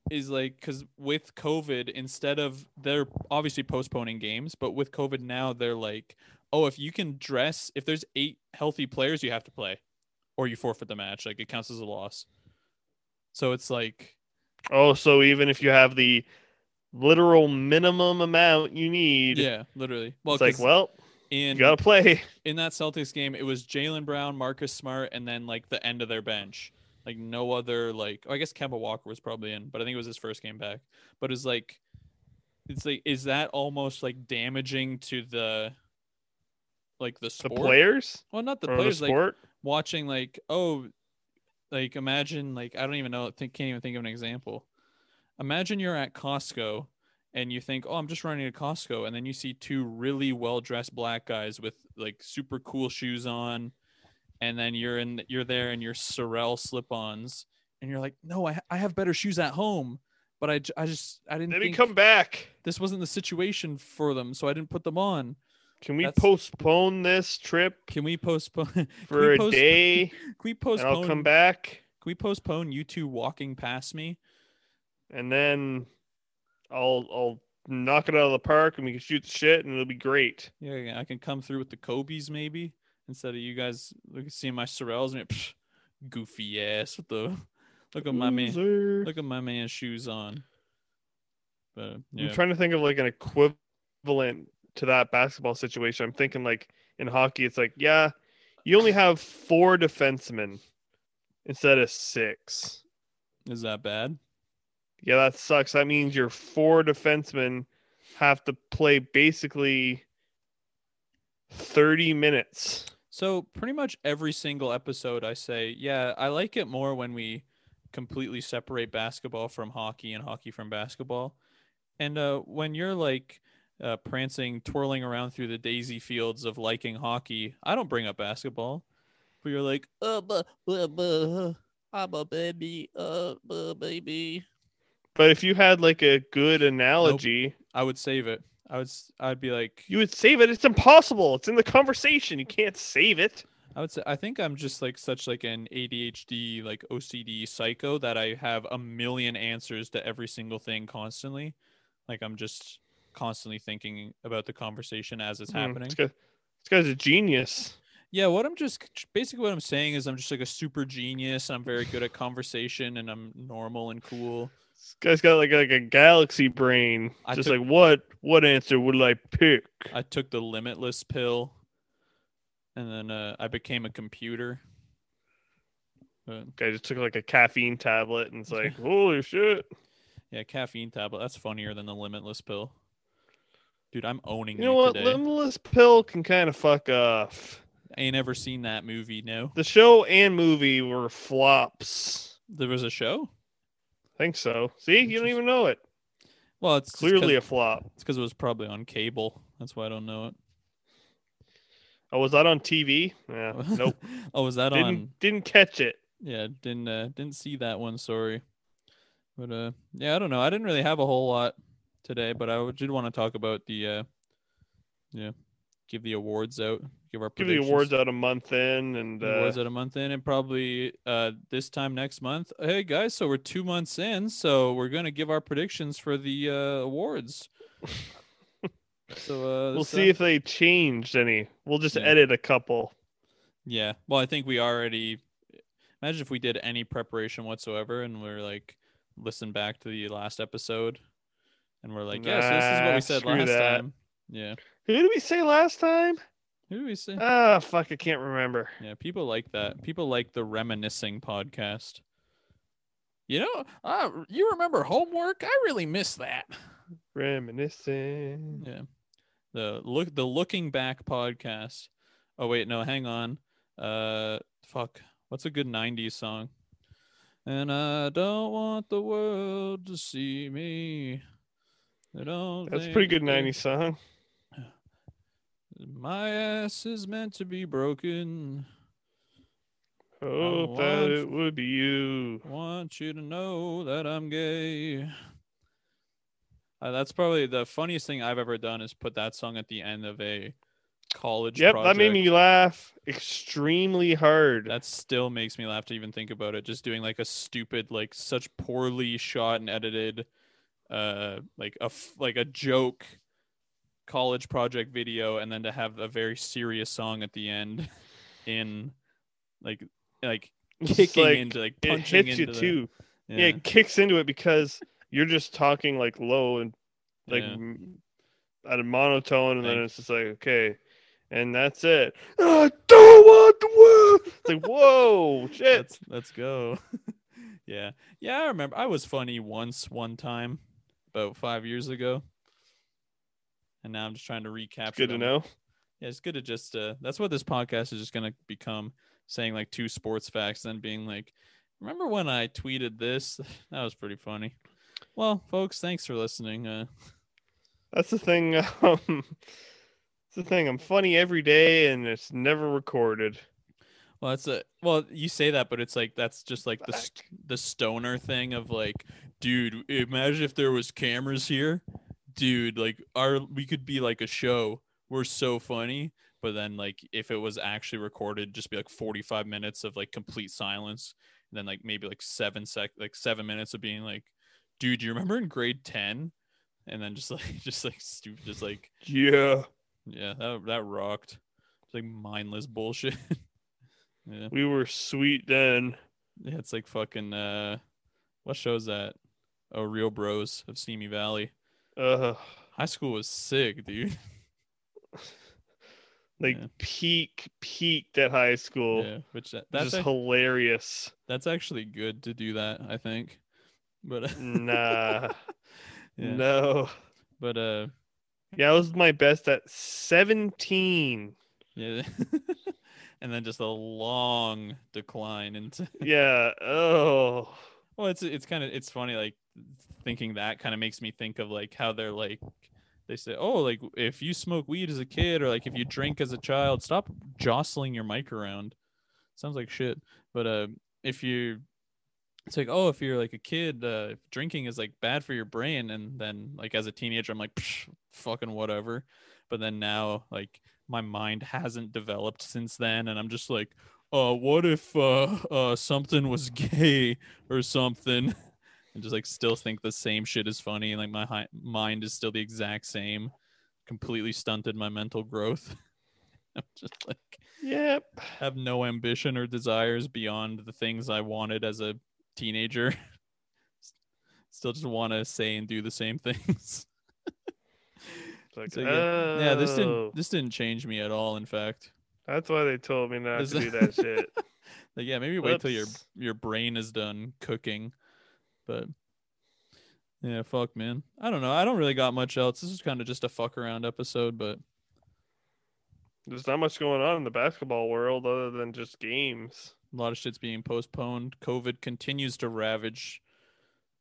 Speaker 1: is like because with COVID, instead of they're obviously postponing games, but with COVID now they're like, oh, if you can dress, if there's eight healthy players, you have to play, or you forfeit the match. Like it counts as a loss. So it's like
Speaker 2: oh so even if you have the literal minimum amount you need
Speaker 1: yeah, literally. Well,
Speaker 2: it's like
Speaker 1: 'cause
Speaker 2: well
Speaker 1: in
Speaker 2: you gotta play
Speaker 1: in that Celtics game, it was Jalen Brown, Marcus Smart, and then like the end of their bench. Like no other like oh, I guess Kemba Walker was probably in, but I think it was his first game back. But it's like it's like is that almost like damaging to the like the
Speaker 2: the
Speaker 1: sport?
Speaker 2: players
Speaker 1: Well, not the
Speaker 2: or
Speaker 1: players.
Speaker 2: the
Speaker 1: like
Speaker 2: sport.
Speaker 1: watching like oh, like imagine like I don't even know. Think can't even think of an example. Imagine you're at Costco and you think oh I'm just running to Costco, and then you see two really well dressed black guys with like super cool shoes on, and then you're in you're there in your Sorel slip-ons, and you're like no I I have better shoes at home, but I, j- I just I didn't
Speaker 2: Let me
Speaker 1: think
Speaker 2: come back.
Speaker 1: this wasn't the situation for them, so I didn't put them on.
Speaker 2: Can we
Speaker 1: That's-
Speaker 2: postpone this trip
Speaker 1: Can we postpone can
Speaker 2: for
Speaker 1: we
Speaker 2: a
Speaker 1: post-
Speaker 2: day
Speaker 1: Can we
Speaker 2: and
Speaker 1: postpone?
Speaker 2: I'll come back
Speaker 1: Can we postpone you two walking past me?
Speaker 2: and then I'll I'll knock it out of the park and we can shoot the shit and it'll be great.
Speaker 1: Yeah, yeah, I can come through with the Kobe's maybe instead of you guys look seeing my Sorels and psh, goofy ass. What the? Look at my man.
Speaker 2: Loser.
Speaker 1: Look at my man's shoes on. But yeah,
Speaker 2: I'm trying to think of like an equivalent to that basketball situation. I'm thinking like in hockey, it's like, yeah, you only have four defensemen instead of six.
Speaker 1: is that bad?
Speaker 2: Yeah, that sucks. That means your four defensemen have to play basically 30 minutes.
Speaker 1: So pretty much every single episode, I say, yeah, I like it more when we completely separate basketball from hockey and hockey from basketball. And uh, when you're like uh, prancing, twirling around through the daisy fields of liking hockey, I don't bring up basketball. But you're like, uh, buh, buh, buh, I'm a baby, uh, buh, baby.
Speaker 2: But if you had like a good analogy,
Speaker 1: I would save it. I would. s- I'd be like,
Speaker 2: you would save it. It's impossible. It's in the conversation. You can't save it. Hmm,
Speaker 1: I would say I think I'm just like such like an ADHD like OCD psycho that I have a million answers to every single thing constantly. Like I'm just constantly thinking about the conversation as it's
Speaker 2: Hmm,
Speaker 1: happening.
Speaker 2: This, guy- this guy's a genius.
Speaker 1: Yeah, what I'm just basically what I'm saying is I'm just like a super genius and I'm very good at conversation and I'm normal and cool.
Speaker 2: This guy's got like like a galaxy brain.
Speaker 1: I
Speaker 2: Just
Speaker 1: took-
Speaker 2: like what what answer would I pick?
Speaker 1: I took the limitless pill and then uh, I became a computer. But
Speaker 2: Guy just took like a caffeine tablet and it's like holy shit.
Speaker 1: Yeah, caffeine tablet. That's funnier than the limitless pill. Dude, I'm owning
Speaker 2: You
Speaker 1: you,
Speaker 2: know what?
Speaker 1: today.
Speaker 2: Limitless pill can kind of fuck off.
Speaker 1: I ain't ever seen that movie. No,
Speaker 2: The show and movie were flops.
Speaker 1: there was a show.
Speaker 2: I think so. See, you don't even know it.
Speaker 1: Well, it's
Speaker 2: Clearly a
Speaker 1: Cause,
Speaker 2: flop.
Speaker 1: it's because it was probably on cable. That's why I don't know it.
Speaker 2: Oh, was that on TV? Yeah. Uh, Nope.
Speaker 1: oh, was that on?
Speaker 2: didn't didn't catch it.
Speaker 1: Yeah, didn't uh, didn't see that one. Sorry. But uh, yeah, I don't know. I didn't really have a whole lot today, but I w- did want to talk about the uh, yeah, give the awards out, give our
Speaker 2: Give the
Speaker 1: predictions.
Speaker 2: awards out a month in and
Speaker 1: The awards
Speaker 2: uh,
Speaker 1: at a month in and probably uh this time next month hey guys so we're two months in so we're gonna give our predictions for the uh awards so uh
Speaker 2: we'll
Speaker 1: this,
Speaker 2: see
Speaker 1: uh,
Speaker 2: if they changed any. We'll just
Speaker 1: Yeah.
Speaker 2: edit a couple.
Speaker 1: yeah well i think we already imagine if we did any preparation whatsoever and we're like listen back to the last episode and we're like yeah so this is what
Speaker 2: Nah,
Speaker 1: we said
Speaker 2: screw
Speaker 1: last
Speaker 2: that.
Speaker 1: time yeah
Speaker 2: Who did we say last time?
Speaker 1: who did we say
Speaker 2: Ah, fuck, I can't remember.
Speaker 1: Yeah, people like that. People like the reminiscing podcast. You know, uh, you remember homework? I really miss that.
Speaker 2: Reminiscing.
Speaker 1: Yeah, the look, the looking back podcast. Oh wait, no, hang on. Uh, fuck, what's a good '90s song? And I don't want the world to see me. I don't.
Speaker 2: That's a pretty
Speaker 1: think
Speaker 2: good
Speaker 1: that-
Speaker 2: 90s song.
Speaker 1: My ass is meant to be broken.
Speaker 2: Hope
Speaker 1: want-
Speaker 2: that it would be you.
Speaker 1: want you to know that I'm gay. Uh, that's probably the funniest thing I've ever done is put that song at the end of a college
Speaker 2: Yep,
Speaker 1: project.
Speaker 2: that made me laugh extremely hard.
Speaker 1: That still makes me laugh to even think about it. Just doing like a stupid, like such poorly shot and edited, uh, like a f- like a joke college project video, and then to have a very serious song at the end, in like like
Speaker 2: It's just
Speaker 1: kicking
Speaker 2: like,
Speaker 1: into like
Speaker 2: it
Speaker 1: punching
Speaker 2: hits you
Speaker 1: into the-
Speaker 2: too. Yeah. it kicks into it because you're just talking like low and like
Speaker 1: Yeah.
Speaker 2: m at a monotone, and then
Speaker 1: Thank-
Speaker 2: it's just like okay, and that's it. I don't want the world. It's like whoa, shit.
Speaker 1: let's let's go. yeah. Yeah, I remember I was funny once one time about 5 years ago. And now I'm just trying to recapture
Speaker 2: Good to
Speaker 1: them.
Speaker 2: know.
Speaker 1: Yeah, it's good to just uh that's what this podcast is just going to become saying like two sports facts then being like remember when I tweeted this? that was pretty funny. Well, folks, thanks for listening. Uh
Speaker 2: That's the thing. Um, it's the thing. I'm funny every day, and it's never recorded.
Speaker 1: well, that's a well. You say that, but it's like that's just like the
Speaker 2: Fuck.
Speaker 1: st- the stoner thing of like, dude. Imagine if there was cameras here, dude. Like, our we could be like a show. We're so funny, but then like if it was actually recorded, just be like forty five minutes of like complete silence, and then like maybe like seven sec, like seven minutes of being like, dude, do you remember in grade ten? And then just like just like stupid, just like
Speaker 2: Yeah,
Speaker 1: yeah, that that rocked. It's like mindless bullshit. yeah.
Speaker 2: we were sweet then.
Speaker 1: Yeah, it's like fucking uh what show's that? Oh, Real Bros of Simi Valley.
Speaker 2: Uh,
Speaker 1: High school was sick, dude.
Speaker 2: like
Speaker 1: Yeah.
Speaker 2: peak, peaked at high school.
Speaker 1: Yeah, which that,
Speaker 2: That's
Speaker 1: that's
Speaker 2: just
Speaker 1: ac-
Speaker 2: hilarious.
Speaker 1: that's actually good to do that, I think. But uh,
Speaker 2: Nah,
Speaker 1: yeah.
Speaker 2: Mm, no.
Speaker 1: but uh
Speaker 2: Yeah, I was my best at 17.
Speaker 1: yeah. and then just a long decline into
Speaker 2: yeah. Oh.
Speaker 1: well it's it's kind of it's funny like thinking that kind of makes me think of like how they're like they say oh like if you smoke weed as a kid or like if you drink as a child stop jostling your mic around sounds like shit but uh if you it's like oh if you're like a kid uh drinking is like bad for your brain and then like as a teenager i'm like "Psh, fucking whatever but then now like my mind hasn't developed since then and i'm just like uh what if uh uh something was gay or something and just like still think the same shit is funny and like my hi- mind is still the exact same completely stunted my mental growth i'm just like
Speaker 2: Yep.
Speaker 1: have no ambition or desires beyond the things i wanted as a teenager still just want to say and do the same things
Speaker 2: It's like,
Speaker 1: So, yeah. yeah this
Speaker 2: oh.
Speaker 1: didn't this didn't change me at all in fact
Speaker 2: That's why they told me not
Speaker 1: This-
Speaker 2: to do that shit.
Speaker 1: like yeah maybe wait till your
Speaker 2: Whoops.
Speaker 1: your brain is done cooking but yeah fuck man i don't know i don't really got much else this is kind of just a fuck around episode but
Speaker 2: There's not much going on in the basketball world other than just games.
Speaker 1: a lot of shit's being postponed covid continues to ravage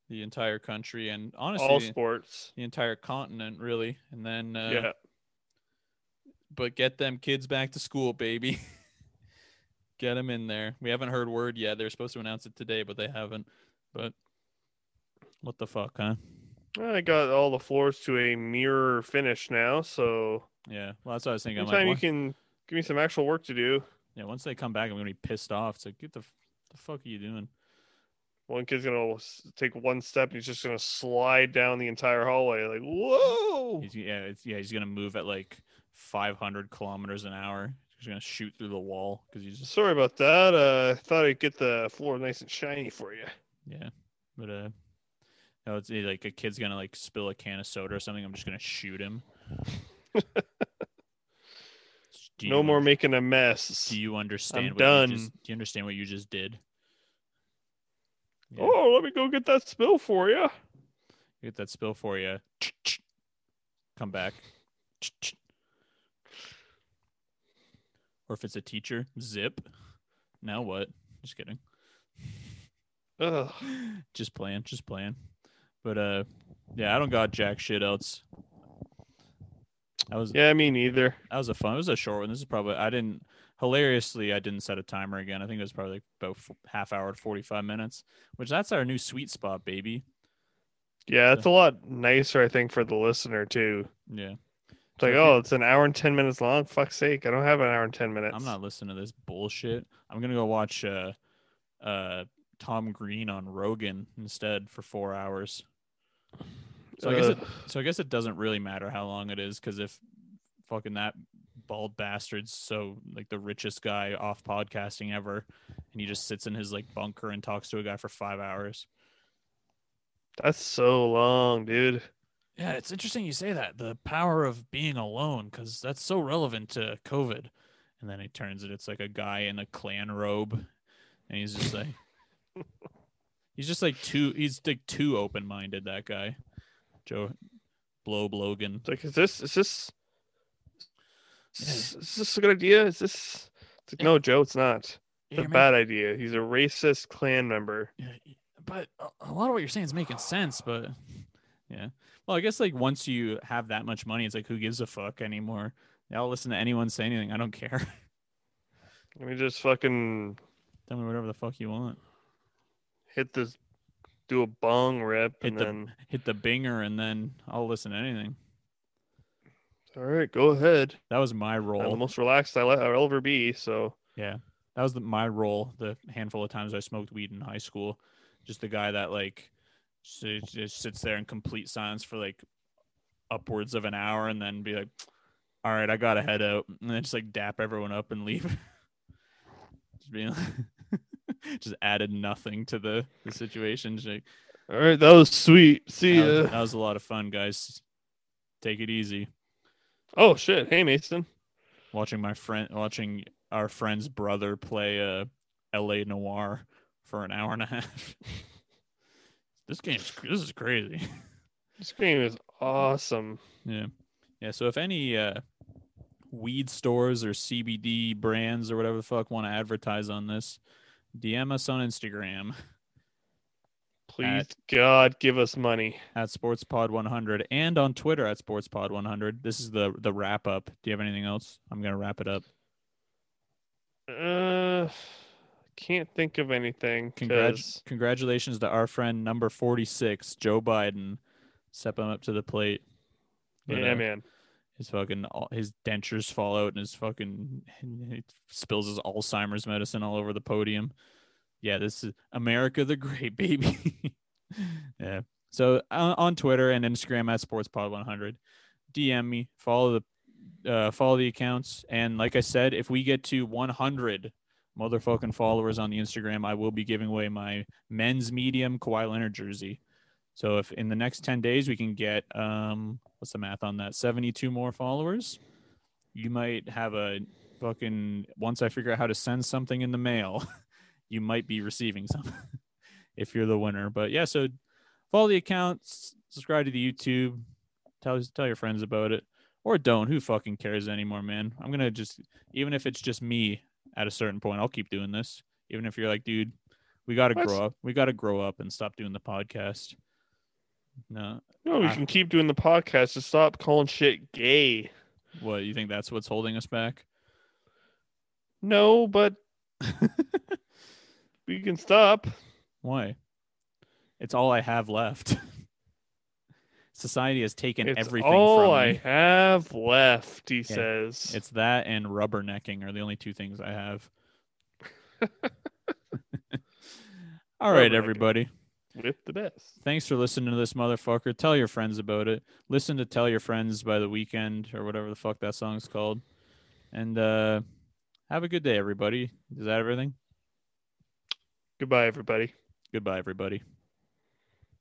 Speaker 1: the entire country and honestly
Speaker 2: All
Speaker 1: the-
Speaker 2: sports.
Speaker 1: the entire continent really and then uh,
Speaker 2: yeah.
Speaker 1: but get them kids back to school, baby. get them in there. We haven't heard word yet. They're supposed to announce it today, but they haven't. But what the fuck, huh?
Speaker 2: I got all the floors to a mirror finish now, so
Speaker 1: Yeah. Well, that's what I was thinking. I'm
Speaker 2: anytime
Speaker 1: like,
Speaker 2: you
Speaker 1: "What-
Speaker 2: can give me some actual work to do.
Speaker 1: yeah, once they come back, I'm gonna be pissed off. It's like, get the f- the fuck are you doing?
Speaker 2: One kid's gonna s- take one step and he's just gonna slide down the entire hallway. Like, whoa!
Speaker 1: He's, yeah, it's, yeah, he's gonna move at like 500 kilometers an hour. He's gonna shoot through the wall because he's just
Speaker 2: Sorry about that. Uh, I thought I'd get the floor nice and shiny for you.
Speaker 1: yeah. But uh, no, it's eh, like a kid's gonna like spill a can of soda or something. I'm just gonna shoot him. Do
Speaker 2: no
Speaker 1: you
Speaker 2: more
Speaker 1: under-
Speaker 2: making a mess.
Speaker 1: Do you understand?
Speaker 2: I'm
Speaker 1: what You just,
Speaker 2: done.
Speaker 1: do you understand what you just did? Yeah,
Speaker 2: Oh, let me go get that spill for you.
Speaker 1: Get that spill for you. Come back. Or if it's a teacher, zip. Now what? Just kidding.
Speaker 2: Ugh.
Speaker 1: Just playing. Just playing. But uh, yeah, I don't got jack shit else. That was
Speaker 2: Yeah, me neither.
Speaker 1: that was a fun. It was a short one. This is probably I didn't hilariously I didn't set a timer again. I think it was probably like about f- half hour to forty five minutes, which that's our new sweet spot, baby.
Speaker 2: Yeah, it's a lot nicer, I think, for the listener too.
Speaker 1: Yeah,
Speaker 2: It's like,
Speaker 1: if you-
Speaker 2: oh, it's an hour and ten minutes long. Fuck's sake, I don't have an hour and ten minutes.
Speaker 1: I'm not listening to this bullshit. I'm gonna go watch uh, uh, Tom Green on Rogan instead for four hours. So I guess it,
Speaker 2: Ugh.
Speaker 1: so I guess it doesn't really matter how long it is because if fucking that bald bastard's so like the richest guy off podcasting ever, and he just sits in his like bunker and talks to a guy for five hours.
Speaker 2: That's so long, dude.
Speaker 1: Yeah, it's interesting you say that. The power of being alone, because that's so relevant to COVID. And then he turns it, it's like a guy in a clan robe. And he's just like, he's just like too, he's like too open minded, that guy. Joe Blow Blogan.
Speaker 2: It's like, is this is this is, is this a good idea? Is this? It's like,
Speaker 1: Yeah.
Speaker 2: no, Joe, it's not.
Speaker 1: Yeah,
Speaker 2: It's a
Speaker 1: you're
Speaker 2: bad idea. He's a racist clan member.
Speaker 1: making- yeah, but a- a lot of what you're saying is making sense, but yeah. Well, I guess like once you have that much money, it's like, who gives a fuck anymore? I'll listen to anyone say anything. I don't care.
Speaker 2: Let me just fucking
Speaker 1: Tell me whatever the fuck you want.
Speaker 2: hit this, do a bong rip,
Speaker 1: Hit
Speaker 2: and
Speaker 1: the-
Speaker 2: then
Speaker 1: hit the binger and then I'll listen to anything.
Speaker 2: all right, go ahead.
Speaker 1: That was my
Speaker 2: I'm the
Speaker 1: role.
Speaker 2: most relaxed I let- I'll ever be. So
Speaker 1: Yeah. That was the, my role the handful of times I smoked weed in high school. Just the guy that like s- just sits there in complete silence for like upwards of an hour and then be like, all right, I got to head out. And then just like dap everyone up and leave. just being like, just added nothing to the, the situation. Just like,
Speaker 2: all right, that was sweet. See
Speaker 1: that,
Speaker 2: ya.
Speaker 1: was, that was a lot of fun, guys. Take it easy.
Speaker 2: Oh shit. Hey Mason.
Speaker 1: watching my friend watching our friend's brother play uh LA Noir for an hour and a half. this game's cr- this is crazy.
Speaker 2: This game is awesome.
Speaker 1: yeah. Yeah, so if any uh weed stores or CBD brands or whatever the fuck want to advertise on this, DM us on Instagram
Speaker 2: Please, God, give us money.
Speaker 1: at SportsPod100 and on Twitter at SportsPod100. This is the the wrap up. Do you have anything else? I'm gonna wrap it up.
Speaker 2: Uh, can't think of anything.
Speaker 1: Congrats!
Speaker 2: 'cause
Speaker 1: Congratulations to our friend number 46, Joe Biden, stepping up to the plate. But,
Speaker 2: yeah,
Speaker 1: uh,
Speaker 2: man.
Speaker 1: His fucking all- his dentures fall out and his fucking he spills his Alzheimer's medicine all over the podium. Yeah, this is America the Great, baby. yeah. So on, on Twitter and Instagram at SportsPod100, DM me, follow the uh, follow the accounts, and like I said, if we get to 100 motherfucking followers on the Instagram, I will be giving away my men's medium Kawhi Leonard jersey. So if in the next 10 days we can get um what's the math on that? 72 more followers, you might have a fucking once I figure out how to send something in the mail, you might be receiving something if you're the winner. But yeah, so follow the accounts, subscribe to the YouTube, tell tell your friends about it. Or don't. Who fucking cares anymore, man? I'm gonna just even if it's just me at a certain point, I'll keep doing this. Even if you're like, dude, we gotta
Speaker 2: What's-
Speaker 1: grow up. We gotta grow up and stop doing the podcast. No,
Speaker 2: No, we
Speaker 1: I-
Speaker 2: can keep doing the podcast. Just stop calling shit gay.
Speaker 1: What you think that's what's holding us back?
Speaker 2: No, but we can stop.
Speaker 1: Why? It's all I have left. Society has taken
Speaker 2: it's
Speaker 1: everything
Speaker 2: all
Speaker 1: from
Speaker 2: I
Speaker 1: me.
Speaker 2: have left. He
Speaker 1: Yeah,
Speaker 2: says.
Speaker 1: It's that and rubbernecking are the only two things I have. all right,
Speaker 2: Rubbernecking.
Speaker 1: everybody.
Speaker 2: with the best.
Speaker 1: Thanks for listening to this motherfucker. Tell your friends about it. Listen to Tell Your Friends by the Weekend or whatever the fuck that song's called. And uh have a good day, everybody. Is that everything?
Speaker 2: Goodbye, everybody.
Speaker 1: Goodbye, everybody.